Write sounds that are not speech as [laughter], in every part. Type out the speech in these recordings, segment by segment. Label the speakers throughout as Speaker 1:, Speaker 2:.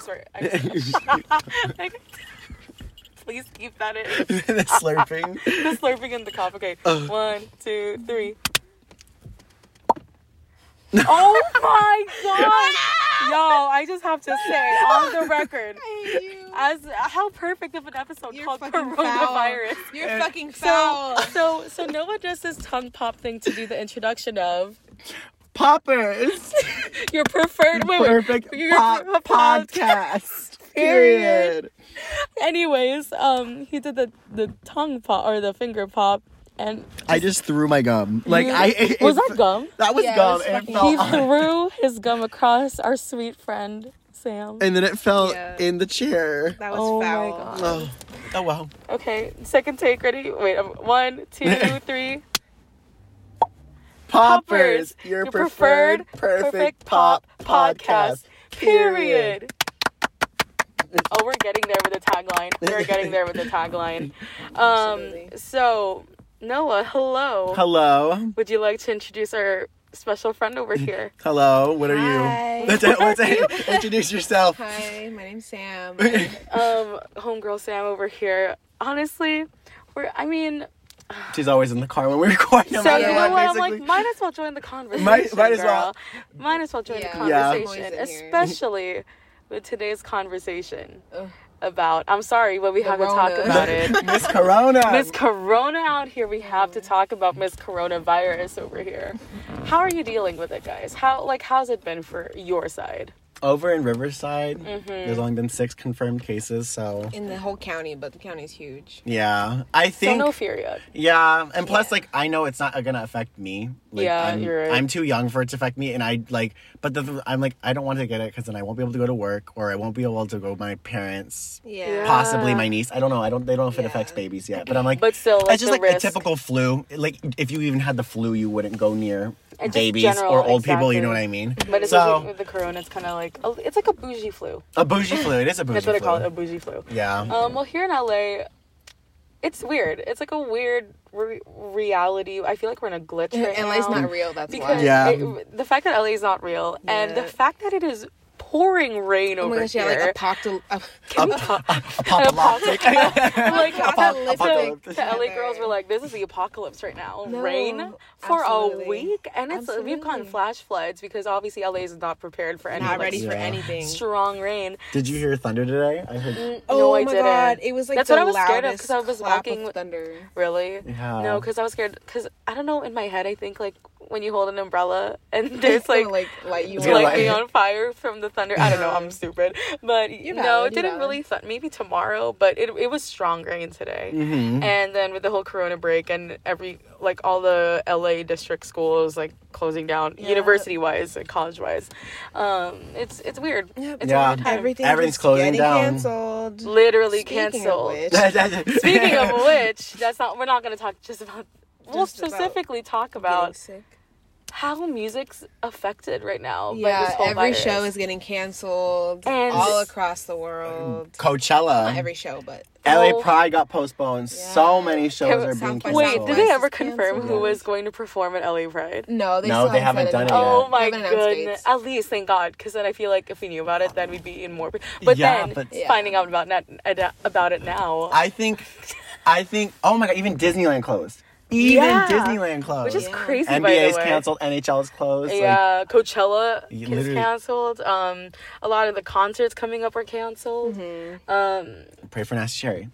Speaker 1: sorry.
Speaker 2: [laughs]
Speaker 1: [laughs] I- I- Please keep that
Speaker 2: [laughs]
Speaker 1: in.
Speaker 2: the slurping.
Speaker 1: The slurping in the cup. Okay.
Speaker 2: Ugh.
Speaker 1: One, two,
Speaker 2: [laughs]
Speaker 1: three. oh my
Speaker 2: [laughs]
Speaker 1: god! Yo, I just have to say on the record, as how perfect of an episode
Speaker 3: You're
Speaker 1: called
Speaker 3: fucking
Speaker 1: coronavirus.
Speaker 3: foul. You're
Speaker 2: And-
Speaker 3: fucking foul.
Speaker 1: So, so, so Nova does this tongue pop thing to do the introduction of
Speaker 2: [laughs] Poppers.
Speaker 1: your preferred wait, wait,
Speaker 2: Perfect
Speaker 1: your
Speaker 2: pop
Speaker 1: pod-
Speaker 2: podcast.
Speaker 1: Period.
Speaker 2: [laughs] Period.
Speaker 1: Anyways, um, he did the the tongue pop or the finger pop, and
Speaker 2: I just threw my gum. Like
Speaker 1: you-
Speaker 2: I it, it-
Speaker 1: was that gum.
Speaker 2: That was
Speaker 3: Yeah, it
Speaker 2: gum.
Speaker 3: was
Speaker 2: and it [laughs]
Speaker 3: fucking-
Speaker 2: fell
Speaker 1: He
Speaker 2: on-
Speaker 1: threw his gum across our sweet friend Sam.
Speaker 2: and then it fell
Speaker 3: Yeah.
Speaker 2: in the chair.
Speaker 3: that was
Speaker 1: Oh my
Speaker 3: foul.
Speaker 1: God.
Speaker 2: Oh, oh wow.
Speaker 1: Okay, second take. Ready? Wait, um, one,
Speaker 2: [laughs]
Speaker 1: two, three.
Speaker 2: Poppers, your, preferred, perfect, pop, podcast.
Speaker 1: Period. Oh, we're getting there with the tagline. We're getting there with the
Speaker 2: [laughs]
Speaker 1: tagline. Um,
Speaker 3: Absolutely.
Speaker 1: so Noah, hello.
Speaker 2: Hello.
Speaker 1: Would you like to introduce our special friend over
Speaker 2: [laughs]
Speaker 1: here?
Speaker 2: Hello. What are [laughs]
Speaker 3: Hi.
Speaker 2: you? What's it? What's it? Introduce yourself. [laughs]
Speaker 3: Hi, my name's Sam.
Speaker 1: um, homegirl Sam over here. Honestly, we're. I mean,
Speaker 2: She's always in the car when we record. no
Speaker 1: so
Speaker 2: matter
Speaker 1: you
Speaker 3: yeah,
Speaker 1: know what? I'm
Speaker 2: basically.
Speaker 1: like, might as well join the conversation.
Speaker 2: Might- might as
Speaker 1: girl.
Speaker 2: well.
Speaker 1: Might as well join the
Speaker 3: Yeah.
Speaker 2: Yeah.
Speaker 1: conversation,
Speaker 3: Always in here.
Speaker 1: especially with today's conversation
Speaker 3: Ugh.
Speaker 1: about. I'm sorry, but we have to talk
Speaker 3: Corona.
Speaker 1: about it. [laughs]
Speaker 2: [laughs]
Speaker 3: [laughs]
Speaker 2: Miss Corona.
Speaker 1: Miss Corona out here. We have to talk about Miss Coronavirus over here. How are you dealing with it, guys? How like how's it been for your side?
Speaker 2: Over in Riverside,
Speaker 1: Mm-hmm.
Speaker 2: there's only been six confirmed cases. So
Speaker 3: In the whole county, but the county's huge.
Speaker 2: yeah, I
Speaker 1: So
Speaker 2: think
Speaker 1: no fear yet.
Speaker 2: yeah, and plus
Speaker 3: Yeah.
Speaker 2: like I know it's not gonna affect me. Like,
Speaker 1: Yeah,
Speaker 2: I'm,
Speaker 1: you're right.
Speaker 2: I'm too young for it to affect me, and I like, but the, th- I'm like I don't want to get it because then I won't be able to go to work or I won't be able to go with my parents.
Speaker 3: Yeah.
Speaker 1: Pop-
Speaker 2: Possibly my niece. I don't know. I don't. They don't know if it
Speaker 3: Yeah.
Speaker 2: affects babies yet. But I'm like,
Speaker 1: But still, like
Speaker 2: it's just
Speaker 1: the
Speaker 2: like
Speaker 1: risk.
Speaker 2: a typical flu. Like if you even had the flu, you wouldn't go near
Speaker 1: And just
Speaker 2: babies
Speaker 1: general,
Speaker 2: or old people. You
Speaker 1: exactly.
Speaker 2: know what I mean?
Speaker 1: But it's
Speaker 2: so
Speaker 1: like with the Corona, it's kind of like a, it's like a bougie flu.
Speaker 2: a bougie flu. It is a bougie
Speaker 1: That's what I
Speaker 2: flu.
Speaker 1: call it, a bougie flu.
Speaker 2: Yeah.
Speaker 1: Um, well, here in LA, it's weird. It's like a weird re- reality. I feel like we're in a glitch right now.
Speaker 3: LA's not real, that's
Speaker 1: Because
Speaker 3: why.
Speaker 2: Yeah.
Speaker 1: it- the fact that LA is not real and the
Speaker 3: Yeah.
Speaker 1: fact that it is pouring rain
Speaker 3: Oh
Speaker 1: over
Speaker 3: my gosh, yeah,
Speaker 1: here.
Speaker 3: like apocalypse. [laughs]
Speaker 1: [laughs]
Speaker 2: Apocalyptic.
Speaker 1: like
Speaker 3: Apocalyptic.
Speaker 1: so
Speaker 2: Apocalypse.
Speaker 1: the LA girls were like, "This is the apocalypse right now.
Speaker 3: No,
Speaker 1: Rain for
Speaker 3: absolutely.
Speaker 1: a week, and it's we've gotten
Speaker 3: Absolutely.
Speaker 1: flash floods because obviously LA is not prepared for any
Speaker 3: Not
Speaker 1: like,
Speaker 3: ready for
Speaker 2: Yeah.
Speaker 3: anything. Oh
Speaker 1: strong rain.
Speaker 2: Did you hear thunder today? I heard.
Speaker 1: Mm, no, I didn't.
Speaker 3: It was like
Speaker 1: That's
Speaker 3: the
Speaker 1: what I was scared of
Speaker 3: loudest
Speaker 1: 'cause I was
Speaker 3: clap
Speaker 1: walking-
Speaker 3: of thunder.
Speaker 1: Really?
Speaker 2: Yeah.
Speaker 1: No, because I was scared. Because I don't know. In my head, I think like when you hold an umbrella
Speaker 3: [laughs]
Speaker 1: and there's like
Speaker 3: like light you
Speaker 1: it's
Speaker 2: It's gonna
Speaker 3: up.
Speaker 1: like
Speaker 2: light-
Speaker 1: being on fire from the thunder. I don't know.
Speaker 3: [laughs]
Speaker 1: I'm stupid, but no,
Speaker 3: valid,
Speaker 1: it
Speaker 3: you're
Speaker 1: didn't
Speaker 3: valid.
Speaker 1: really. Th- maybe tomorrow, but it it was strong rain today.
Speaker 2: Mhm. [laughs]
Speaker 1: And then with the whole Corona break and every like all the LA district schools like closing down,
Speaker 3: Yeah.
Speaker 1: university wise and college wise, um, it's it's weird.
Speaker 3: Yep.
Speaker 1: It's
Speaker 2: Yeah.
Speaker 1: a weird time.
Speaker 3: Everything
Speaker 2: Everything's
Speaker 3: keeps
Speaker 2: closing
Speaker 3: getting
Speaker 2: down.
Speaker 3: Canceled.
Speaker 1: literally
Speaker 3: Speaking of
Speaker 1: canceled.
Speaker 3: which-
Speaker 2: Speaking
Speaker 1: Speaking
Speaker 2: [laughs]
Speaker 3: [laughs]
Speaker 1: of which, that's not. We're not going to talk just about. We'll
Speaker 3: Just about
Speaker 1: specifically talk
Speaker 3: Getting
Speaker 1: about
Speaker 3: sick.
Speaker 1: how music's affected right now. by this
Speaker 3: Yeah,
Speaker 1: whole
Speaker 3: every
Speaker 1: virus.
Speaker 3: show is getting canceled
Speaker 1: And-
Speaker 3: all across the world.
Speaker 2: Coachella,
Speaker 3: Not every show, but
Speaker 2: LA Pride got postponed. So
Speaker 3: Yeah.
Speaker 2: many shows are being
Speaker 3: South by
Speaker 2: canceled.
Speaker 1: Wait, did they
Speaker 3: Southwest
Speaker 1: ever
Speaker 3: is
Speaker 1: confirm who
Speaker 3: canceled.
Speaker 1: was going to perform at LA Pride?
Speaker 3: no, they
Speaker 2: No,
Speaker 3: still
Speaker 2: they
Speaker 3: haven't
Speaker 2: haven't
Speaker 3: said
Speaker 2: done it
Speaker 1: Oh
Speaker 2: Yeah.
Speaker 1: my
Speaker 3: They haven't announced
Speaker 1: goodness!
Speaker 3: dates.
Speaker 1: At least, thank God, because then I feel like if we knew about it, then we'd be in more. But
Speaker 2: Yeah,
Speaker 1: then
Speaker 2: but-
Speaker 3: Yeah.
Speaker 1: finding out about not ad- about it now,
Speaker 2: I think, I think. Oh my god! Even Disneyland closed. Even
Speaker 1: Yeah.
Speaker 2: Disneyland
Speaker 1: which
Speaker 2: closed.
Speaker 1: is
Speaker 3: Yeah.
Speaker 1: crazy. by the
Speaker 2: NBA's
Speaker 1: way.
Speaker 2: canceled. NHL is closed. like,
Speaker 1: Yeah, Coachella
Speaker 2: You
Speaker 1: is
Speaker 2: literally-
Speaker 1: canceled. Um, a lot of the concerts coming up are canceled.
Speaker 3: Mm-hmm.
Speaker 1: Um,
Speaker 2: pray for Nasty Cherry.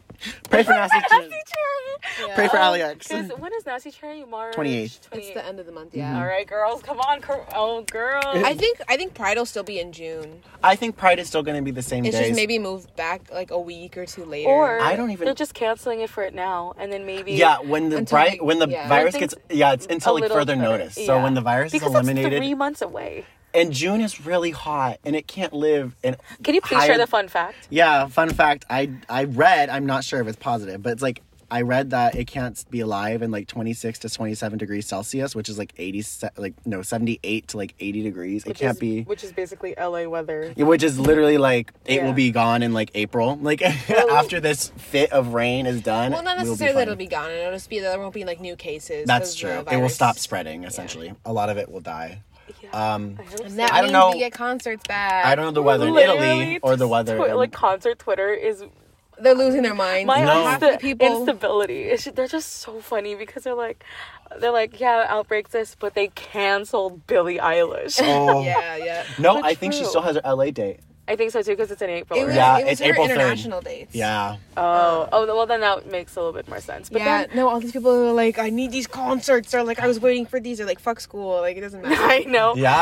Speaker 2: Pray for
Speaker 1: [laughs]
Speaker 2: Nasty Cherry.
Speaker 1: Cherry.
Speaker 2: Pray for Ali X.
Speaker 1: Because when is Nasty Cherry? March
Speaker 2: 28th.
Speaker 3: It's
Speaker 1: 28th.
Speaker 3: the end of the month,
Speaker 2: Mm-hmm.
Speaker 3: yeah.
Speaker 2: Mm.
Speaker 1: All right, girls, come on, cor- oh girl.
Speaker 3: I think I think Pride will still be in June.
Speaker 2: I think Pride is still going to be the same
Speaker 3: It's
Speaker 2: days.
Speaker 3: just maybe moved back like a week or two later.
Speaker 1: or
Speaker 2: I don't even-
Speaker 1: They're just canceling it for it now, and then maybe.
Speaker 2: yeah, when the
Speaker 3: Until,
Speaker 2: bri-
Speaker 3: like,
Speaker 2: when the
Speaker 3: yeah.
Speaker 2: virus
Speaker 1: When things-
Speaker 2: gets yeah, it's
Speaker 1: a
Speaker 2: until like
Speaker 1: little
Speaker 2: further
Speaker 1: better.
Speaker 2: notice. So
Speaker 1: Yeah.
Speaker 2: when the virus
Speaker 1: because
Speaker 2: is
Speaker 1: that's
Speaker 2: eliminated,
Speaker 1: three months away.
Speaker 2: and June is really hot, and it can't live. And
Speaker 1: Can you please share the fun fact?
Speaker 2: Yeah, fun fact. I I read. I'm not sure if it's positive, but it's like I read that it can't be alive in like 26 to 27 degrees Celsius, which is like 80 se- like no 78 to like 80 degrees. it can't
Speaker 1: is,
Speaker 2: be. Which-
Speaker 1: Which is basically LA weather.
Speaker 2: is literally like it
Speaker 1: Yeah.
Speaker 2: will be gone in like April. Like [laughs] after this fit of rain is done.
Speaker 3: well, not
Speaker 2: we'll be
Speaker 3: necessarily that
Speaker 2: fine.
Speaker 3: it'll be gone. It'll just be that there won't be like new cases.
Speaker 2: That's
Speaker 3: 'cause the
Speaker 2: true. It will
Speaker 3: virus-
Speaker 2: stop spreading essentially. A lot of it will die. Um,
Speaker 1: I hope
Speaker 3: And
Speaker 1: so.
Speaker 3: that
Speaker 2: I don't
Speaker 3: means
Speaker 2: know-
Speaker 3: we get concerts back.
Speaker 2: I don't know the weather in Italy
Speaker 1: Literally,
Speaker 2: or the
Speaker 1: just
Speaker 2: weather.
Speaker 1: twi-
Speaker 2: in-
Speaker 1: like concert Twitter is
Speaker 3: They're losing their minds.
Speaker 1: my
Speaker 2: No.
Speaker 1: insta-
Speaker 3: Happy people.
Speaker 1: instability. It's ju- they're just so funny because they're like, they're like, yeah, outbreaks this, but they canceled Billie
Speaker 3: [laughs]
Speaker 1: Eilish.
Speaker 2: oh.
Speaker 1: [laughs]
Speaker 3: yeah, yeah.
Speaker 2: No,
Speaker 1: But
Speaker 2: I think she
Speaker 1: true.
Speaker 2: still has her LA date.
Speaker 1: I think so too because it's in April.
Speaker 3: It was,
Speaker 1: right?
Speaker 2: Yeah,
Speaker 3: it was
Speaker 2: it's
Speaker 3: her
Speaker 2: April 3rd.
Speaker 3: international dates.
Speaker 2: Yeah.
Speaker 1: Oh, oh, well then that makes a little bit more sense. But
Speaker 3: yeah,
Speaker 1: then
Speaker 3: no, all these people who are like, I need these concerts. They're like, I was waiting for these. They're like, fuck school. Like, it [laughs] doesn't matter.
Speaker 1: [laughs] I know.
Speaker 2: Yeah.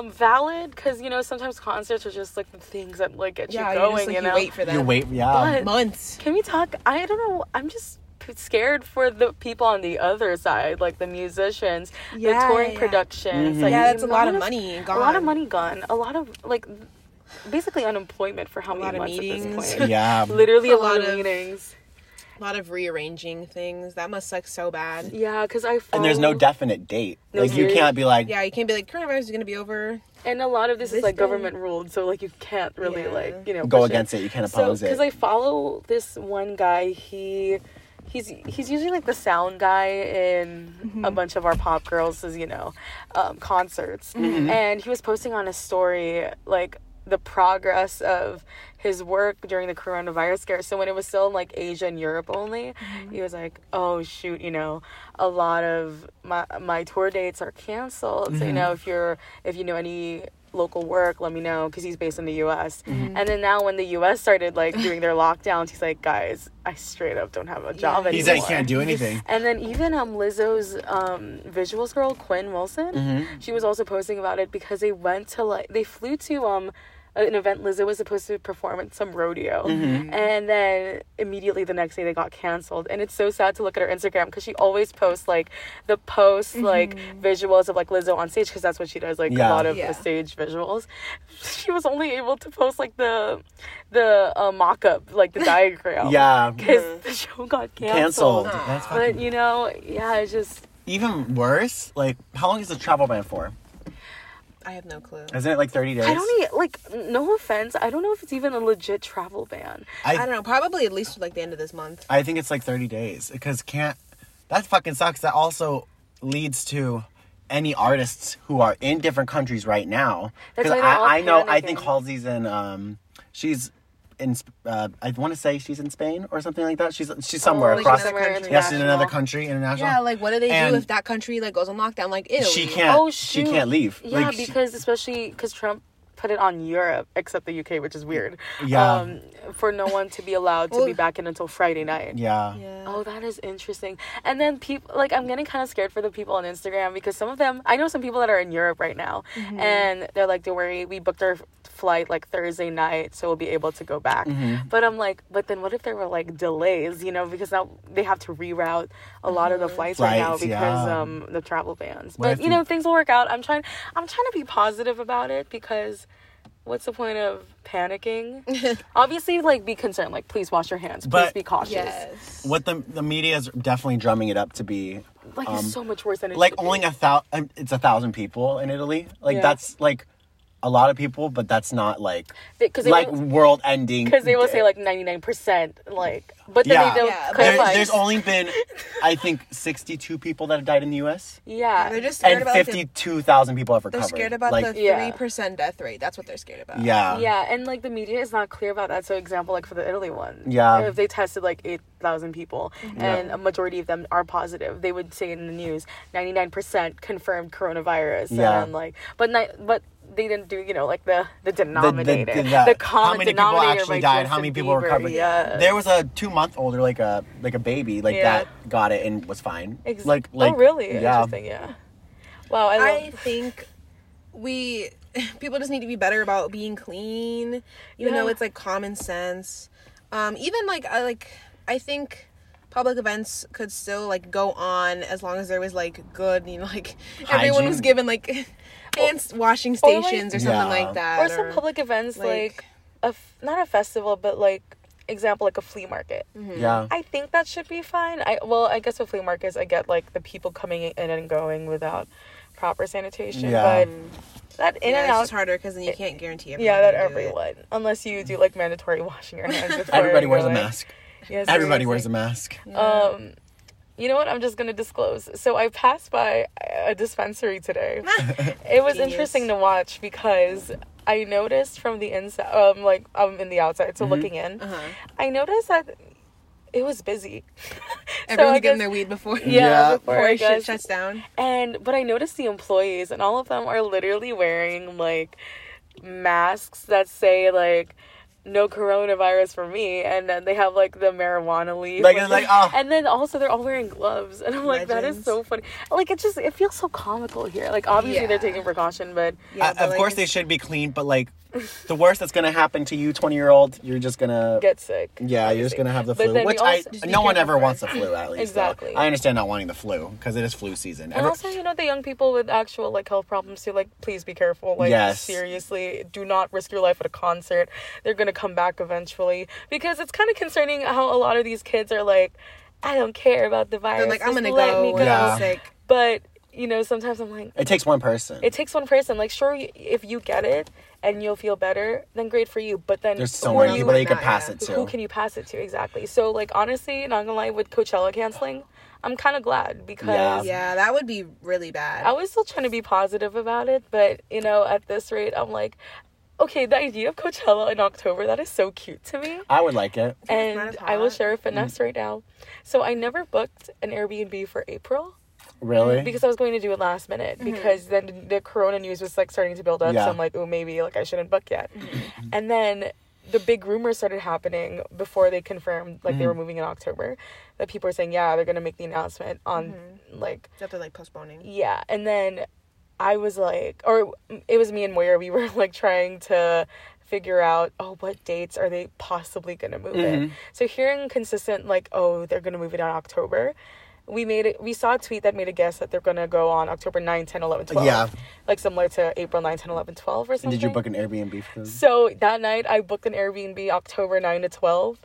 Speaker 1: Um, valid because you know sometimes concerts are just like the things that like get
Speaker 3: yeah,
Speaker 1: you
Speaker 3: you're
Speaker 1: going.
Speaker 3: just, like,
Speaker 1: you know.
Speaker 3: you wait for them.
Speaker 2: you wait. Yeah.
Speaker 1: But-
Speaker 3: months.
Speaker 1: Can we talk? I don't know. I'm just p- scared for the people on the other side, like the musicians,
Speaker 3: Yeah,
Speaker 1: the touring
Speaker 3: yeah.
Speaker 1: productions. Like,
Speaker 3: Yeah, that's
Speaker 1: the
Speaker 3: a lot of
Speaker 1: amount
Speaker 3: money
Speaker 1: A lot of
Speaker 3: gone.
Speaker 1: money gone. A lot of like, basically unemployment for how many
Speaker 3: lot of
Speaker 1: months at
Speaker 3: meetings.
Speaker 1: this point? [laughs]
Speaker 2: [laughs]
Speaker 3: [laughs]
Speaker 2: yeah.
Speaker 1: Literally
Speaker 3: A
Speaker 1: a lot,
Speaker 3: lot
Speaker 1: of,
Speaker 3: of-
Speaker 1: meetings.
Speaker 3: A lot of rearranging things. That must suck so bad.
Speaker 1: Yeah, because I
Speaker 2: And there's no
Speaker 1: follow-
Speaker 2: definite date.
Speaker 1: No,
Speaker 2: like you
Speaker 1: you're-
Speaker 2: can't be like.
Speaker 3: Yeah, you can't be like, coronavirus is going to be over.
Speaker 1: And a lot of this,
Speaker 3: This
Speaker 1: is like
Speaker 3: thing.
Speaker 1: government ruled, so like you can't really
Speaker 3: Yeah.
Speaker 1: like you know
Speaker 2: Go
Speaker 1: push
Speaker 2: against it, you can't oppose it.
Speaker 1: Because I follow this one guy. He he's he's usually like the sound guy in a bunch of our pop girls, as you know, um, concerts. And he was posting on his story like the progress of his work during the coronavirus scare. So when it was still in like Asia and Europe only, he was like, "Oh shoot, you know, a lot of my my tour dates are canceled. So you know, if you're if you know any local work, let me know because he's based in the U.S. And then now when the U.S. started like doing their lockdowns, he's like, "Guys, I straight up don't have a job anymore."
Speaker 2: He's like can't do anything.
Speaker 1: And then even um, Lizzo's um, visuals girl Quinn Wilson,
Speaker 2: Mm-hmm.
Speaker 1: she was also posting about it because they went to like they flew to um an event Lizzo was supposed to perform at some rodeo,
Speaker 2: Mm-hmm.
Speaker 1: and then immediately the next day they got canceled. And it's so sad to look at her Instagram because she always posts like the posts like visuals of like Lizzo on stage because that's what she does like a
Speaker 2: Yeah.
Speaker 1: lot of
Speaker 3: Yeah.
Speaker 1: the stage visuals. [laughs] She was only able to post like the the uh, mock up like the
Speaker 2: [laughs]
Speaker 1: diagram.
Speaker 2: Yeah.
Speaker 1: Because the show got canceled.
Speaker 2: Canceled. That's fucking
Speaker 1: But you know, yeah, it's just
Speaker 2: even worse. Like, how long is the travel ban for?
Speaker 3: I have no clue.
Speaker 2: Isn't it like 30 days?
Speaker 1: I don't even like. No offense, I don't know if it's even a legit travel ban.
Speaker 3: I don't know. Probably at least like the end of this month.
Speaker 2: I think it's like 30 days because can't that fucking sucks. That also leads to any artists who are in different countries right now.
Speaker 1: That's
Speaker 2: Because
Speaker 1: why they're all
Speaker 2: I, I know, I think
Speaker 1: panicking.
Speaker 2: Halsey's in, um, she's in, Sp- uh, I want to say she's in Spain or something like that. She's she's somewhere
Speaker 1: Oh, like
Speaker 2: across.
Speaker 3: another
Speaker 1: somewhere
Speaker 3: country.
Speaker 2: Yes, in another
Speaker 1: international.
Speaker 2: country, international.
Speaker 3: Yeah, like what do they
Speaker 2: And
Speaker 3: do if that country like goes on lockdown? Like, ew.
Speaker 2: she can't.
Speaker 1: Oh,
Speaker 2: she
Speaker 1: shoot.
Speaker 2: can't leave.
Speaker 1: Yeah,
Speaker 2: Like, she-
Speaker 1: because especially because Trump put it on Europe, except the UK, which is weird. Um,
Speaker 2: Yeah.
Speaker 1: for no one to be allowed to be
Speaker 3: Well-
Speaker 1: back in until Friday night.
Speaker 2: yeah.
Speaker 3: Yeah.
Speaker 1: Oh, that is interesting. And then people like I'm getting kind of scared for the people on Instagram because some of them I know some people that are in Europe right now,
Speaker 2: Mm-hmm.
Speaker 1: and they're like, "Don't worry, we booked our f- flight like Thursday night, so we'll be able to go back."
Speaker 2: Mm-hmm.
Speaker 1: But I'm like, but then what if there were like delays? You know, because now they have to reroute a lot of the flights, right now
Speaker 2: Mm-hmm. Flights,
Speaker 1: because
Speaker 2: yeah.
Speaker 1: um the travel bans.
Speaker 2: What if
Speaker 1: but you
Speaker 2: you-
Speaker 1: know, things will work out. I'm trying. I'm trying to be positive about it because. What's the point of
Speaker 2: [laughs]
Speaker 1: panicking? Obviously, like be concerned. Like, please wash your hands. Please
Speaker 2: But-
Speaker 1: be cautious
Speaker 3: Yes.
Speaker 2: What the the media is definitely drumming it up to be
Speaker 1: like it's so much worse than it
Speaker 2: Um, like
Speaker 1: should be.
Speaker 2: only a thousand it's a thousand people in italy like
Speaker 1: Yeah.
Speaker 2: that's like a lot of people but that's not like
Speaker 1: They- 'cause they
Speaker 2: like
Speaker 1: will-
Speaker 2: world ending
Speaker 1: because they will say like 99% like but then
Speaker 2: yeah,
Speaker 1: they don't
Speaker 3: Yeah, but-
Speaker 2: There-
Speaker 1: clarify
Speaker 2: there's only been i think 62 people that have died in the us
Speaker 1: yeah
Speaker 3: They're just scared
Speaker 2: and
Speaker 3: about the,
Speaker 2: 52,000 people have
Speaker 3: they're
Speaker 2: recovered
Speaker 3: scared about
Speaker 2: like
Speaker 3: the three
Speaker 1: Yeah.
Speaker 3: percent death rate. That's what they're scared about.
Speaker 2: yeah
Speaker 1: yeah and like the media is not clear about that so example like for the italy one
Speaker 2: Yeah. Mm-hmm.
Speaker 1: if they tested like 8000 people and a majority of them are positive they would say in the news 99% confirmed coronavirus
Speaker 2: Yeah.
Speaker 1: and then, like but ni- but they didn't do you know like the the denominator the,
Speaker 2: that-
Speaker 1: common
Speaker 2: how many people
Speaker 1: denominator
Speaker 2: actually
Speaker 1: by
Speaker 2: died?
Speaker 1: Justin
Speaker 2: How many people
Speaker 1: Bieber,
Speaker 2: recovered?
Speaker 1: yeah
Speaker 2: There was a two month older, like a like a baby, like
Speaker 1: Yeah.
Speaker 2: that got it and was fine.
Speaker 1: Ex-
Speaker 2: like like
Speaker 1: oh really
Speaker 2: yeah.
Speaker 1: interesting yeah wow i,
Speaker 3: I
Speaker 1: love-
Speaker 3: think we [laughs] people just need to be better about being clean, even though
Speaker 1: Yeah.
Speaker 3: it's like common sense. Um, even like I like I think public events could still like go on as long as there was like good you know like [laughs] everyone was
Speaker 2: Hygiene.
Speaker 3: given like [laughs] hand s- washing
Speaker 1: Or, like-
Speaker 3: stations or, something
Speaker 2: Yeah.
Speaker 3: like that
Speaker 1: or some public events like,
Speaker 3: like-
Speaker 1: a f- not a festival but like example like a flea market
Speaker 3: Mm-hmm.
Speaker 2: yeah.
Speaker 1: i think that should be fine i well i guess with flea markets i get like the people coming in and going without proper sanitation
Speaker 2: Yeah.
Speaker 1: but that in
Speaker 3: Mm.
Speaker 1: and
Speaker 3: yeah, it's
Speaker 1: out
Speaker 3: just harder because then you can't guarantee everyone
Speaker 1: eh, yeah that
Speaker 3: can do it.
Speaker 1: everyone unless you do like [laughs]
Speaker 3: [laughs]
Speaker 1: mandatory washing your hands before
Speaker 2: Everybody
Speaker 1: you
Speaker 2: wears a
Speaker 1: go in.
Speaker 2: mask.
Speaker 1: yes,
Speaker 2: Everybody
Speaker 1: Hmm. seriously.
Speaker 2: wears a mask.
Speaker 1: um [laughs] You know what? I'm just gonna disclose. So I passed by a dispensary today.
Speaker 2: [laughs]
Speaker 1: it was
Speaker 3: Genius.
Speaker 1: interesting to watch because I noticed from the inside, um, like I'm in the outside, so looking in,
Speaker 3: [laughs] Uh-huh.
Speaker 1: I noticed that it was busy. [laughs] So
Speaker 3: Everyone's
Speaker 1: I guess-
Speaker 3: getting their weed before.
Speaker 1: yeah,
Speaker 2: Yeah. Uh,
Speaker 1: before,
Speaker 3: Before
Speaker 1: I
Speaker 3: shit
Speaker 1: guess.
Speaker 3: shuts down.
Speaker 1: And but I noticed the employees, and all of them are literally wearing like masks that say like "No coronavirus for me," and then they have like the marijuana leaf.
Speaker 2: Like, it's like, oh.
Speaker 1: And then also they're all wearing gloves, and I'm like, that is
Speaker 3: Legends.
Speaker 1: so funny. Like it just it feels so comical here. Like obviously they're
Speaker 3: Yeah.
Speaker 1: taking precaution, but
Speaker 3: Yeah,
Speaker 2: Uh,
Speaker 3: but,
Speaker 2: of
Speaker 3: like,
Speaker 2: course they should be clean, but
Speaker 1: [laughs]
Speaker 2: like the worst that's gonna happen to you, twenty year old, you're just gonna
Speaker 1: get sick.
Speaker 2: yeah, you're just
Speaker 1: obviously.
Speaker 2: gonna have the
Speaker 1: But
Speaker 2: flu,
Speaker 1: then
Speaker 2: which
Speaker 1: you
Speaker 2: I
Speaker 1: also- just be
Speaker 2: no one
Speaker 3: careful
Speaker 2: ever
Speaker 3: for-
Speaker 2: wants the flu at least. though.
Speaker 1: Exactly.
Speaker 2: I understand not wanting the flu because it is flu season.
Speaker 1: And
Speaker 2: Ever-
Speaker 1: also, you know, the young people with actual like health problems too. Like, please be careful. Like,
Speaker 2: Yes.
Speaker 1: seriously, do not risk your life at a concert. They're gonna come back eventually because it's kind of concerning how a lot of these kids are like, I don't care about the virus.
Speaker 3: They're like, I'm
Speaker 1: Just
Speaker 3: gonna
Speaker 1: let
Speaker 3: go.
Speaker 1: Me
Speaker 3: when
Speaker 1: go.
Speaker 3: I'm
Speaker 2: Yeah.
Speaker 3: sick.
Speaker 1: But you know, sometimes I'm like,
Speaker 2: it takes one person.
Speaker 1: it takes one person. Like, sure, y- if you get it and you'll feel better, then great for you. But then
Speaker 2: There's so
Speaker 1: who are
Speaker 2: many
Speaker 1: you-
Speaker 2: people that you could
Speaker 3: not,
Speaker 2: pass
Speaker 3: yeah.
Speaker 2: it to.
Speaker 1: who can you pass it to exactly? So, like, honestly, not gonna lie, with Coachella canceling, I'm kind of glad because
Speaker 3: Yeah, that would be really bad.
Speaker 1: I was still trying to be positive about it, but you know, at this rate, I'm like, okay, the idea of Coachella in October, that is so cute to me.
Speaker 2: I would like it.
Speaker 1: And
Speaker 3: as
Speaker 1: I will
Speaker 3: hot.
Speaker 1: share a
Speaker 2: Mm-hmm.
Speaker 1: finesse right now. So I never booked an Airbnb for April
Speaker 2: Really?
Speaker 1: because I was going to do it last minute because then the corona news was like starting to build up.
Speaker 2: Mm-hmm. Yeah. Mm-hmm.
Speaker 1: So I'm like, oh, maybe like I shouldn't book yet. And then the big rumors started happening before they confirmed like
Speaker 2: Mm.
Speaker 1: they were moving in October that people were saying, yeah, they're going to make the announcement on
Speaker 2: Mm-hmm.
Speaker 1: like
Speaker 3: that they're like postponing.
Speaker 1: yeah and then i was like or it was me and moyer we [laughs] were like trying to figure out oh what dates are they possibly going to move it
Speaker 2: Mm-hmm.
Speaker 1: so hearing consistent like oh they're going to move it on october we made it we saw a tweet that made a guess that they're going to go on october 9 10 11 12
Speaker 2: Yeah.
Speaker 1: like similar to april 9 10 11 12 or something
Speaker 2: And did you book an Airbnb for them?
Speaker 1: so that night, I booked an Airbnb October 9 to 12,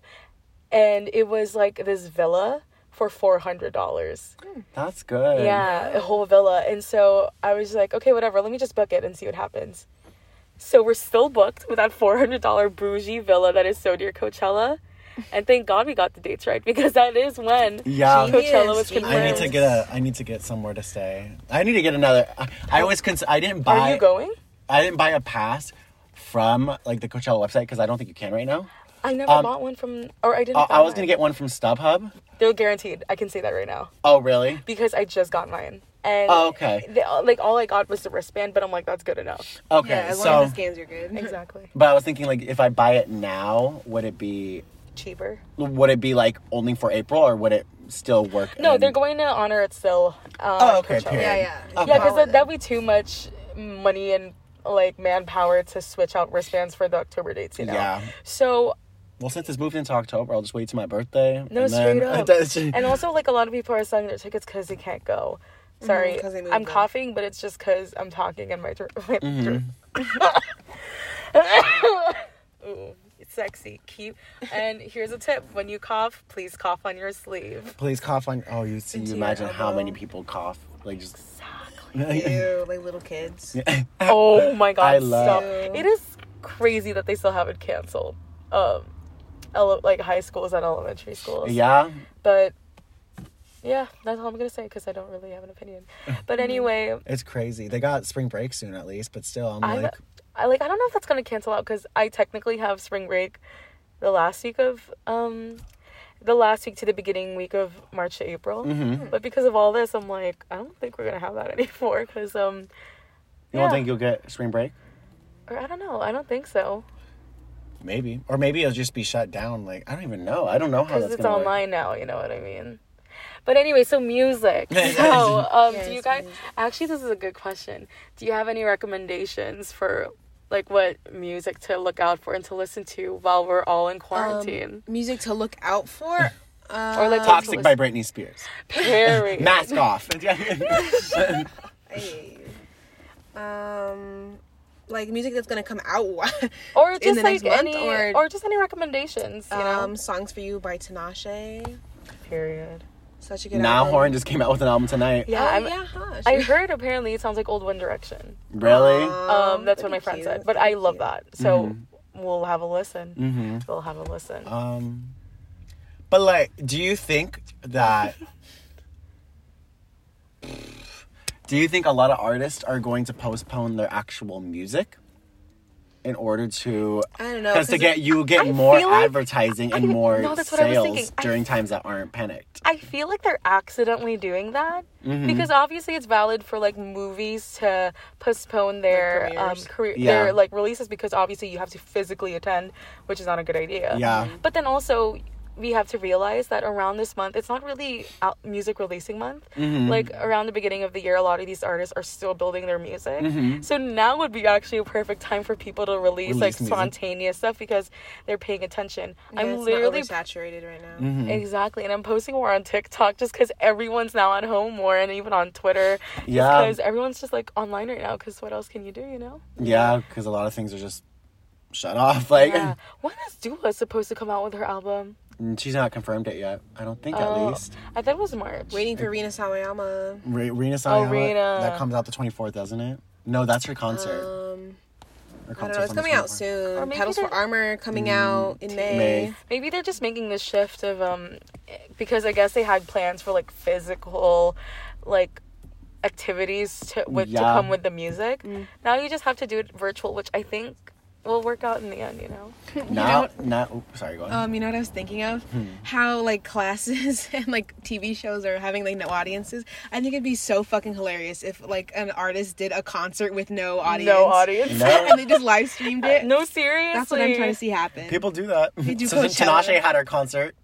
Speaker 1: and it was like this villa for $400.
Speaker 2: That's good.
Speaker 1: Yeah, a whole villa. And so I was like, okay, whatever, let me just book it and see what happens. So we're still booked with that $400 bougie villa that is so dear Coachella. And thank God we got the dates right because that is when
Speaker 2: Yeah.
Speaker 1: Coachella was
Speaker 3: Genius.
Speaker 1: confirmed.
Speaker 2: I need to get a. I need to get somewhere to stay. I need to get another. I, I always cons. I didn't buy.
Speaker 1: Oh. Are you going?
Speaker 2: I didn't buy a pass from like the Coachella website because I don't think you can right now.
Speaker 1: I never
Speaker 2: Um,
Speaker 1: bought one from, or I didn't.
Speaker 2: Oh, I, I
Speaker 1: buy
Speaker 2: was gonna
Speaker 1: mine.
Speaker 2: get one from StubHub.
Speaker 1: They're guaranteed. I can say that right now.
Speaker 2: Oh really?
Speaker 1: because I just got mine. And
Speaker 2: Oh, okay.
Speaker 1: they- like all I got was the wristband, but I'm like, that's good enough.
Speaker 2: Okay.
Speaker 3: Yeah, as long
Speaker 2: so,
Speaker 3: as the scans are good.
Speaker 1: Exactly.
Speaker 2: but I was thinking like if I buy it now, would it be
Speaker 1: Cheaper.
Speaker 2: would it be like only for April or would it still work?
Speaker 1: No,
Speaker 2: and-
Speaker 1: they're going to honor it still. Um,
Speaker 2: Oh, okay,
Speaker 1: Coachella.
Speaker 2: period.
Speaker 3: [laughs] Yeah, yeah.
Speaker 2: Okay.
Speaker 1: Yeah, because
Speaker 3: Follow
Speaker 1: that, that'd
Speaker 3: them.
Speaker 1: be too much money and like manpower to switch out wristbands for the October dates, you know?
Speaker 2: Yeah.
Speaker 1: So,
Speaker 2: Well, since it's moved into October, I'll just wait till my birthday.
Speaker 1: no,
Speaker 2: and
Speaker 1: straight
Speaker 2: [laughs]
Speaker 1: [laughs]
Speaker 2: then-
Speaker 1: up. and also, like, a lot of people are selling their tickets because they can't go. Sorry,
Speaker 3: 'cause they moved
Speaker 1: I'm
Speaker 3: them.
Speaker 1: coughing, but it's just because I'm talking and my throat. [laughs] My throat. [laughs] Ooh, it's sexy, cute. And here's a tip: when you cough, please cough on your sleeve.
Speaker 2: Please cough on. Oh, you see,
Speaker 3: Into
Speaker 2: you
Speaker 3: your
Speaker 2: imagine how
Speaker 3: elbow.
Speaker 2: many people cough. Like just.
Speaker 3: [laughs] Ew, like little kids.
Speaker 2: [laughs]
Speaker 1: Oh my god!
Speaker 2: I
Speaker 1: stop.
Speaker 2: love-
Speaker 1: It is crazy that they still have it canceled. Um, ele- like high schools and elementary schools.
Speaker 2: [laughs] yeah.
Speaker 1: But yeah, that's all I'm gonna say because I don't really have an opinion.
Speaker 2: [laughs]
Speaker 1: But anyway,
Speaker 2: It's crazy. They got spring break soon, at least, but still, I'm
Speaker 1: I,
Speaker 2: like,
Speaker 1: I like I don't know if that's gonna cancel out because I technically have spring break the last week of um the last week to the beginning week of March to April.
Speaker 2: Mm-hmm.
Speaker 1: But because of all this, I'm like I don't think we're gonna have that [laughs] anymore because um
Speaker 2: you don't
Speaker 1: yeah.
Speaker 2: think you'll get spring break?
Speaker 1: or I don't know I don't think so
Speaker 2: Maybe, or maybe it'll just be shut down. Like I don't even know. I don't know
Speaker 3: Oh,
Speaker 2: how
Speaker 1: because
Speaker 2: that's
Speaker 1: it's
Speaker 2: gonna work.
Speaker 1: online now. You know what I mean. But anyway, so
Speaker 2: [laughs]
Speaker 1: music. So,
Speaker 3: [laughs]
Speaker 1: um, do you
Speaker 3: Yes,
Speaker 1: guys?
Speaker 3: music.
Speaker 1: Actually, this is a good question. Do you have any recommendations for, like, what music to look out for and to listen to while we're all in quarantine?
Speaker 3: Um, music to look out
Speaker 1: [laughs]
Speaker 3: for. Uh,
Speaker 1: Or like
Speaker 2: Toxic by Britney Spears. [laughs]
Speaker 1: Perry.
Speaker 2: Mask
Speaker 1: [laughs]
Speaker 2: off. [laughs]
Speaker 3: I- um, like music that's gonna come out [laughs] wa-
Speaker 1: or just
Speaker 3: in the
Speaker 1: like
Speaker 3: next month,
Speaker 1: any, or,
Speaker 3: or-
Speaker 1: just any recommendations. Oh, You know.
Speaker 3: um, songs for you by Tinashe.
Speaker 1: Period.
Speaker 3: Such a good.
Speaker 2: now
Speaker 3: album.
Speaker 2: Horn just came out with an album tonight.
Speaker 1: Yeah,
Speaker 3: Oh,
Speaker 1: I'm-
Speaker 3: yeah, huh,
Speaker 1: I
Speaker 3: sure.
Speaker 1: heard apparently it sounds like old One Direction.
Speaker 2: Really?
Speaker 1: Um, that's what my
Speaker 3: that'd be
Speaker 1: friend
Speaker 3: cute.
Speaker 1: said, but I
Speaker 3: That'd be
Speaker 1: love
Speaker 3: cute.
Speaker 1: that. So
Speaker 2: Mm-hmm.
Speaker 1: we'll have a listen.
Speaker 2: Mhm.
Speaker 1: We'll have a listen. [laughs]
Speaker 2: Um, but like, do you think that Do you think a lot of artists are going to postpone their actual music in order to?
Speaker 3: I don't know.
Speaker 2: Because to
Speaker 3: 'cause
Speaker 2: get you get
Speaker 1: I
Speaker 2: more
Speaker 1: feel like-
Speaker 2: advertising
Speaker 1: I
Speaker 2: and
Speaker 1: didn't-
Speaker 2: more
Speaker 1: no, that's what I was
Speaker 2: sales
Speaker 1: thinking. I-
Speaker 2: during times that aren't panicked.
Speaker 1: [laughs] I feel like they're accidentally doing that
Speaker 2: Mm-hmm.
Speaker 1: because obviously it's valid for like movies to postpone their um,
Speaker 3: premieres.
Speaker 1: career,
Speaker 2: Yeah.
Speaker 1: their like releases because obviously you have to physically attend, which is not a good idea.
Speaker 2: Yeah.
Speaker 1: But then also we have to realize that around this month it's not really out- music releasing month
Speaker 2: Mm-hmm.
Speaker 1: like around the beginning of the year a lot of these artists are still building their music so now would be actually a perfect time for people to release,
Speaker 2: Mm-hmm. Release
Speaker 1: like
Speaker 2: music.
Speaker 1: spontaneous stuff because they're paying attention
Speaker 3: Yeah,
Speaker 1: i'm
Speaker 3: it's not
Speaker 1: literally Mm-hmm.
Speaker 3: oversaturated right now.
Speaker 2: Hmm.
Speaker 1: Exactly, and I'm posting more on TikTok just because everyone's now at home more, and even on Twitter.
Speaker 2: Yeah.
Speaker 1: because everyone's just like online right now. Because what else can you do? You know.
Speaker 2: Yeah, because a lot of things are just shut off. [laughs] Like
Speaker 1: Yeah. When is Dua supposed to come out with her album?
Speaker 2: she's not confirmed it yet. I don't think
Speaker 1: Oh,
Speaker 2: at least.
Speaker 1: I thought it was March.
Speaker 3: Waiting for Rina Sawayama.
Speaker 2: Re- Rena
Speaker 1: Oh,
Speaker 2: Sawayama.
Speaker 1: Rena.
Speaker 2: That comes out the 24th, doesn't it? No, that's her concert.
Speaker 3: Um,
Speaker 2: her
Speaker 3: I don't
Speaker 2: concert's
Speaker 3: know. It's
Speaker 2: on the
Speaker 3: coming
Speaker 2: 24th.
Speaker 3: out
Speaker 1: Or
Speaker 3: soon.
Speaker 1: maybe
Speaker 3: Petals for
Speaker 1: they're- Mm,
Speaker 3: Armor coming out in May.
Speaker 2: May.
Speaker 1: Maybe they're just making this shift of um, because I guess they had plans for like physical, like activities to with to
Speaker 2: Yeah.
Speaker 1: come with the music.
Speaker 3: Mm.
Speaker 1: Now you just have to do it virtual, which I think will work out in the end. You know.
Speaker 2: Now, now, oop, sorry, go on.
Speaker 3: Um, you know what I was thinking of? How like classes [laughs] and like TV shows are having like no audiences. I think it'd be so fucking hilarious if like an artist did a concert with no audience.
Speaker 1: No audience.
Speaker 2: No.
Speaker 3: [laughs] and they just live streamed
Speaker 1: [laughs]
Speaker 3: it.
Speaker 1: No, seriously.
Speaker 3: That's what I'm trying to see happen.
Speaker 2: People do that. They
Speaker 3: do
Speaker 2: so then
Speaker 3: Coachella.
Speaker 2: Tinashe had her concert,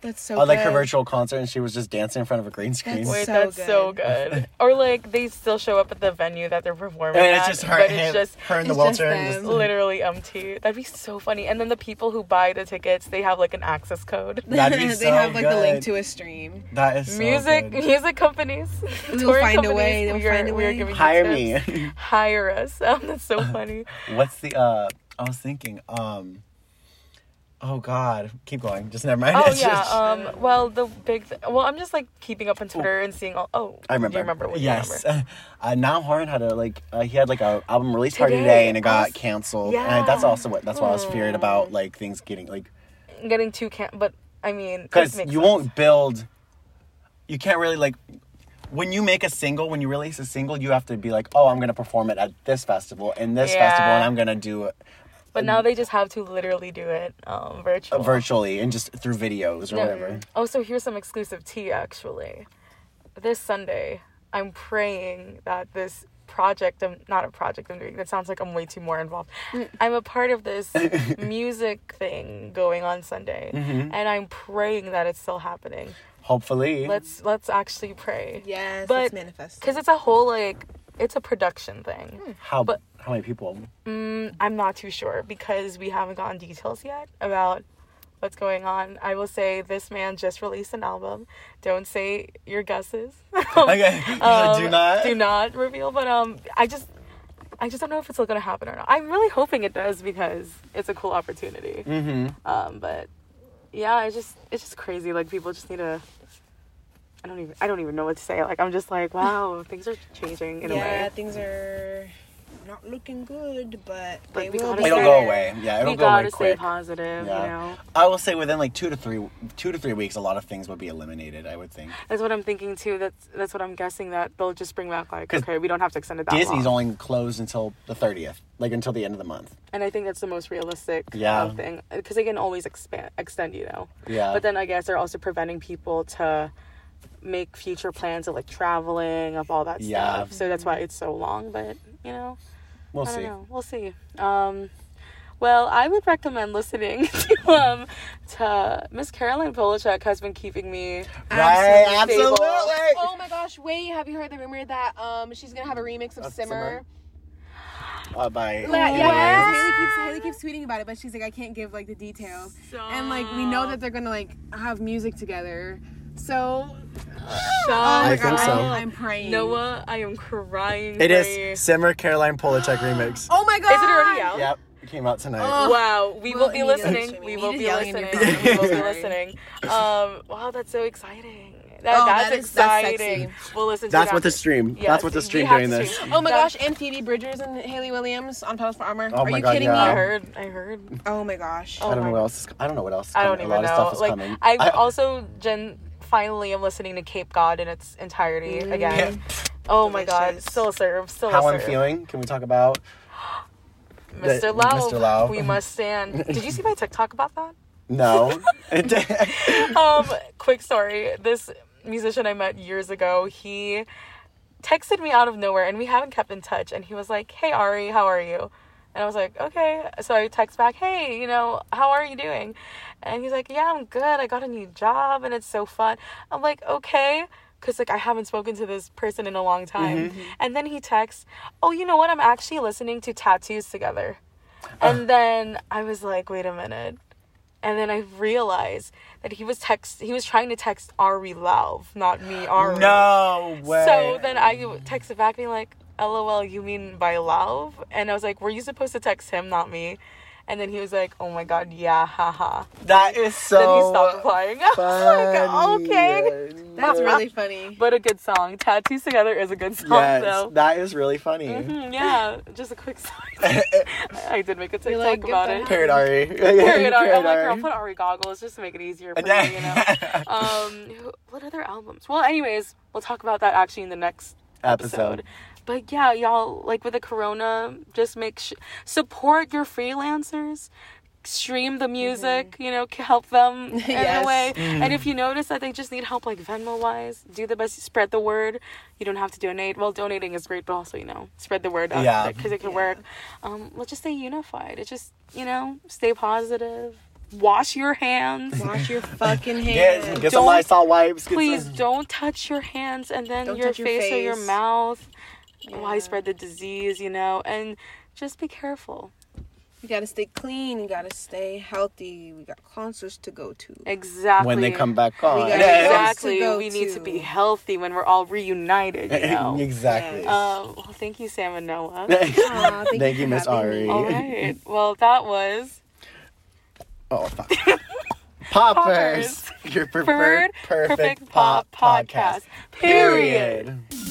Speaker 3: That's so.
Speaker 2: uh, like her
Speaker 3: good.
Speaker 2: virtual concert, and she was just dancing in front of a green screen.
Speaker 3: That's
Speaker 1: Wait,
Speaker 3: so
Speaker 1: that's so
Speaker 2: [laughs]
Speaker 1: good. or like they still show up at the venue that they're performing
Speaker 2: and it's
Speaker 1: at,
Speaker 2: just her,
Speaker 1: but
Speaker 2: him-
Speaker 1: it's just
Speaker 2: her in the
Speaker 3: it's just
Speaker 2: wheelchair. And
Speaker 3: them. [laughs]
Speaker 2: just,
Speaker 1: literally empty. That'd be so funny. And then the people who buy the tickets, they have like an access code.
Speaker 2: That'd be
Speaker 3: [laughs] they
Speaker 2: so
Speaker 3: have like the link
Speaker 2: good.
Speaker 3: to a stream.
Speaker 2: that is so
Speaker 1: music,
Speaker 3: [laughs]
Speaker 2: good.
Speaker 1: music companies, [laughs]
Speaker 3: We'll
Speaker 1: touring
Speaker 3: find a
Speaker 1: companies,
Speaker 3: way,
Speaker 1: We
Speaker 3: we'll
Speaker 1: are,
Speaker 3: find a
Speaker 1: we are
Speaker 3: way.
Speaker 1: giving you
Speaker 2: Hire
Speaker 1: tips.
Speaker 2: me.
Speaker 1: Hire us. [laughs] Um, that's so funny.
Speaker 2: [laughs] What's the? uh I was thinking. um Oh God, keep going. Just never mind.
Speaker 1: Oh
Speaker 2: [laughs] It's
Speaker 1: yeah.
Speaker 2: just-
Speaker 1: Um. Well, the big. Th- well, I'm just like keeping up on Twitter and seeing all. Oh,
Speaker 2: I remember.
Speaker 1: You remember what you
Speaker 2: yes.
Speaker 1: remember.
Speaker 2: [laughs] Uh, Nam Horn had a like uh, he had like a album release party
Speaker 1: Today,
Speaker 2: today and it
Speaker 1: I
Speaker 2: got
Speaker 1: was-
Speaker 2: canceled. And I, that's
Speaker 1: Yeah.
Speaker 2: also what that's what I was feared about like things getting like
Speaker 1: Getting too can, but I mean,
Speaker 2: because
Speaker 1: it makes
Speaker 2: you
Speaker 1: sense.
Speaker 2: won't build you can't really like when you make a single when you release a single you have to be like oh i'm gonna perform it at this festival and this festival
Speaker 1: Yeah.
Speaker 2: and i'm gonna do it
Speaker 1: But now they just have to literally do it um, virtual.
Speaker 2: virtually and just through videos or
Speaker 1: No.
Speaker 2: whatever
Speaker 1: Oh, so here's some exclusive tea actually. This Sunday, I'm praying that this project I'm not a project I'm doing. That sounds like I'm way too more involved. I'm a part of this music thing going on Sunday and I'm praying that it's still happening.
Speaker 2: hopefully
Speaker 1: Let's let's actually pray.
Speaker 3: Yes,
Speaker 1: But-
Speaker 3: it's manifest.
Speaker 1: Cuz it's a whole like it's a production thing.
Speaker 2: how
Speaker 1: but-
Speaker 2: how many people [laughs]
Speaker 1: I'm not too sure because we haven't gotten details yet about what's going on. I will say this man just released an album. Don't say your
Speaker 2: [laughs]
Speaker 1: guesses. [laughs]
Speaker 2: okay
Speaker 1: Um,
Speaker 2: do not
Speaker 1: do not reveal. But um, I just I just don't know if it's going to happen or not. I'm really hoping it does because it's a cool opportunity. Mm-hmm. Um, but yeah, it's just it's just crazy. Like people just need to. I don't even I don't even know what to say. Like I'm just like wow, things are changing in a
Speaker 3: yeah,
Speaker 1: way.
Speaker 3: things are not looking good, but,
Speaker 1: But
Speaker 3: they
Speaker 1: we
Speaker 3: will
Speaker 1: gotta
Speaker 3: be
Speaker 1: stay-
Speaker 2: it'll
Speaker 3: better.
Speaker 2: go away yeah it'll
Speaker 1: We
Speaker 2: go away
Speaker 1: gotta stay
Speaker 2: quick
Speaker 1: positive.
Speaker 2: Yeah.
Speaker 1: You know.
Speaker 2: I will say within like two to three two to three weeks, a lot of things will be eliminated. I would think
Speaker 1: That's what I'm thinking too. That's that's what I'm guessing that they'll just bring back like
Speaker 2: 'Cause
Speaker 1: okay, we don't have to extend it that
Speaker 2: Disney's
Speaker 1: long.
Speaker 2: only closed until the thirtieth, like until the end of the month.
Speaker 1: and I think that's the most realistic
Speaker 2: Yeah.
Speaker 1: um, thing because they can always expand extend, you know.
Speaker 2: Yeah.
Speaker 1: But then I guess they're also preventing people to make future plans of like traveling of all that
Speaker 2: Yeah.
Speaker 1: stuff. So that's why it's so long. But you know,
Speaker 2: We'll
Speaker 1: I don't
Speaker 2: see.
Speaker 1: know. We'll see. Um, well, I would recommend listening [laughs] to um to Miss Caroline Polachek has been keeping me.
Speaker 2: Oh Right?
Speaker 1: Absolutely.
Speaker 2: Absolutely.
Speaker 3: Oh my gosh! Wait, have you heard the rumor that um she's gonna have a remix of
Speaker 2: Of
Speaker 3: Simmer?
Speaker 2: Simmer? Uh, bye.
Speaker 3: Yeah, yeah.
Speaker 2: Anyways.
Speaker 3: Oh Haley keeps Haley keeps tweeting about it, but she's like, I can't give like the details. And like we know that they're gonna like have music together, so oh
Speaker 1: Shut
Speaker 2: I think
Speaker 1: up.
Speaker 2: so.
Speaker 3: I'm praying.
Speaker 1: Noah, I am crying.
Speaker 2: It
Speaker 1: for
Speaker 2: is
Speaker 1: you.
Speaker 2: Simmer Caroline Polachek
Speaker 1: [gasps]
Speaker 2: remix.
Speaker 3: Oh my god!
Speaker 1: Is it already out?
Speaker 2: Yep, it came out tonight.
Speaker 3: Oh.
Speaker 1: Wow, we
Speaker 3: Well,
Speaker 1: will be
Speaker 3: Anita,
Speaker 1: listening.
Speaker 3: Jimmy,
Speaker 1: We
Speaker 3: you
Speaker 1: will
Speaker 3: just
Speaker 1: be
Speaker 3: yelling in your
Speaker 1: listening.
Speaker 3: phone.
Speaker 1: We will be
Speaker 3: [laughs] Sorry.
Speaker 1: listening. Um, wow, that's so exciting. That,
Speaker 3: Oh,
Speaker 1: that's
Speaker 3: that is- that's sexy.
Speaker 1: exciting. we'll listen. To
Speaker 2: That's
Speaker 1: it
Speaker 2: what the
Speaker 1: after.
Speaker 2: stream.
Speaker 1: Yes,
Speaker 2: That's what the
Speaker 1: we
Speaker 2: stream
Speaker 1: have
Speaker 2: during
Speaker 1: to
Speaker 2: this.
Speaker 1: stream.
Speaker 3: Oh my
Speaker 1: That-
Speaker 3: gosh! And Phoebe Bridgers and Haley Williams on Pedals for Armor.
Speaker 2: Oh
Speaker 3: Are
Speaker 2: my
Speaker 3: you
Speaker 2: God,
Speaker 3: kidding
Speaker 1: I
Speaker 2: yeah.
Speaker 3: me?
Speaker 1: heard. I heard.
Speaker 3: Oh my gosh!
Speaker 1: Oh
Speaker 2: I don't
Speaker 1: my-
Speaker 2: know what else. Is, I don't know what else. Is
Speaker 1: I don't
Speaker 2: coming.
Speaker 1: even
Speaker 2: a lot
Speaker 1: know.
Speaker 2: of stuff is
Speaker 1: like
Speaker 2: coming. [laughs]
Speaker 1: I've also Jen finally am listening to Cape God in its entirety again. Oh my god,
Speaker 3: Delicious.
Speaker 1: still serve, still
Speaker 2: How I'm
Speaker 1: serve.
Speaker 2: feeling? Can we
Speaker 1: [laughs]
Speaker 2: talk about? the-
Speaker 1: Mr. Lau,
Speaker 2: Mr. Lau.
Speaker 1: we must
Speaker 2: [laughs]
Speaker 1: stand. Did you see my TikTok about that?
Speaker 2: No. [laughs]
Speaker 1: um, quick story. This musician I met years ago, he texted me out of nowhere and we haven't kept in touch and he was like, Hey Ari, how are you? And I was like, Okay. So I text back, Hey, you know, how are you doing? And he's like, Yeah, I'm good. I got a new job and it's so fun. I'm like, Okay. Cause like I haven't spoken to this person in a long time. And then he texts, Oh, you know what? I'm actually listening to tattoos together. And then I was like, wait a minute. And then I realized that he was text he was trying to text Ari Love, not me, Ari.
Speaker 2: no way.
Speaker 1: So then I texted back being like, LOL, you mean by love? And I was like, Were you supposed to text him, not me? And then he was like, Oh my god, yeah, haha.
Speaker 2: that is so.
Speaker 1: then he stopped replying. [laughs] I was like,
Speaker 2: funny.
Speaker 1: okay.
Speaker 3: That's really funny.
Speaker 1: But a good song. Tattoos Together is a good song
Speaker 2: Yes,
Speaker 1: though.
Speaker 2: that is really funny. [laughs]
Speaker 1: Mhm, yeah. Just a quick [laughs] story. I did make a TikTok
Speaker 3: like, "Get
Speaker 1: about
Speaker 3: that
Speaker 1: it.
Speaker 2: Parrot
Speaker 1: [laughs]
Speaker 2: Ari.
Speaker 1: Mm-hmm. Period. Ari. I'm like,
Speaker 2: Ari.
Speaker 1: girl, put Ari goggles just to make it easier
Speaker 2: [laughs]
Speaker 1: for me, you know.
Speaker 2: Yeah.
Speaker 1: Um, who- what other albums? Well, anyways, we'll talk about that actually in the next
Speaker 2: Episode.
Speaker 1: But yeah, y'all, like with the corona, just make sh- support your freelancers. Stream the music, you know, c- help them in
Speaker 3: Yes.
Speaker 1: a way. And
Speaker 2: Mm.
Speaker 1: if you notice that they just need help, like Venmo wise, do the best, spread the word. You don't have to donate. Well, donating is great, but also, you know, spread the word out
Speaker 2: Yeah.
Speaker 1: because it can work. Um, let's just stay unified. It just, you know, stay positive. Wash your hands.
Speaker 3: Wash your
Speaker 2: [laughs]
Speaker 3: fucking hands.
Speaker 2: Get, get some
Speaker 1: Don't-
Speaker 2: Lysol wipes. Get
Speaker 1: Please
Speaker 2: Some, [laughs]
Speaker 1: don't touch your hands and then
Speaker 3: Don't
Speaker 1: your
Speaker 3: touch your
Speaker 1: face, or your
Speaker 3: face.
Speaker 1: mouth. Why
Speaker 3: Yeah.
Speaker 1: spread the disease, you know? And just be careful.
Speaker 3: You gotta stay clean. You gotta stay healthy. We got concerts to go to.
Speaker 1: Exactly.
Speaker 2: when they come back on.
Speaker 3: gotta
Speaker 2: Yeah.
Speaker 3: relax.
Speaker 1: Exactly.
Speaker 3: To go
Speaker 1: we need to be
Speaker 3: to.
Speaker 1: healthy when we're all reunited,
Speaker 2: [laughs]
Speaker 1: you know? um,
Speaker 2: exactly.
Speaker 1: well, thank you, Sam and Noah.
Speaker 3: Aw,
Speaker 2: [laughs]
Speaker 3: thank,
Speaker 2: Thank
Speaker 3: you,
Speaker 2: you,
Speaker 3: for
Speaker 2: Miss
Speaker 3: having
Speaker 2: Ari.
Speaker 3: me.
Speaker 1: all right. Well, that was
Speaker 2: [laughs]
Speaker 1: [laughs]
Speaker 2: oh, fuck. Poppers.
Speaker 1: Poppers.
Speaker 2: [laughs] Your
Speaker 1: Bird
Speaker 2: preferred perfect,
Speaker 1: Perfect,
Speaker 2: pop, podcast.
Speaker 1: Period.
Speaker 2: Period.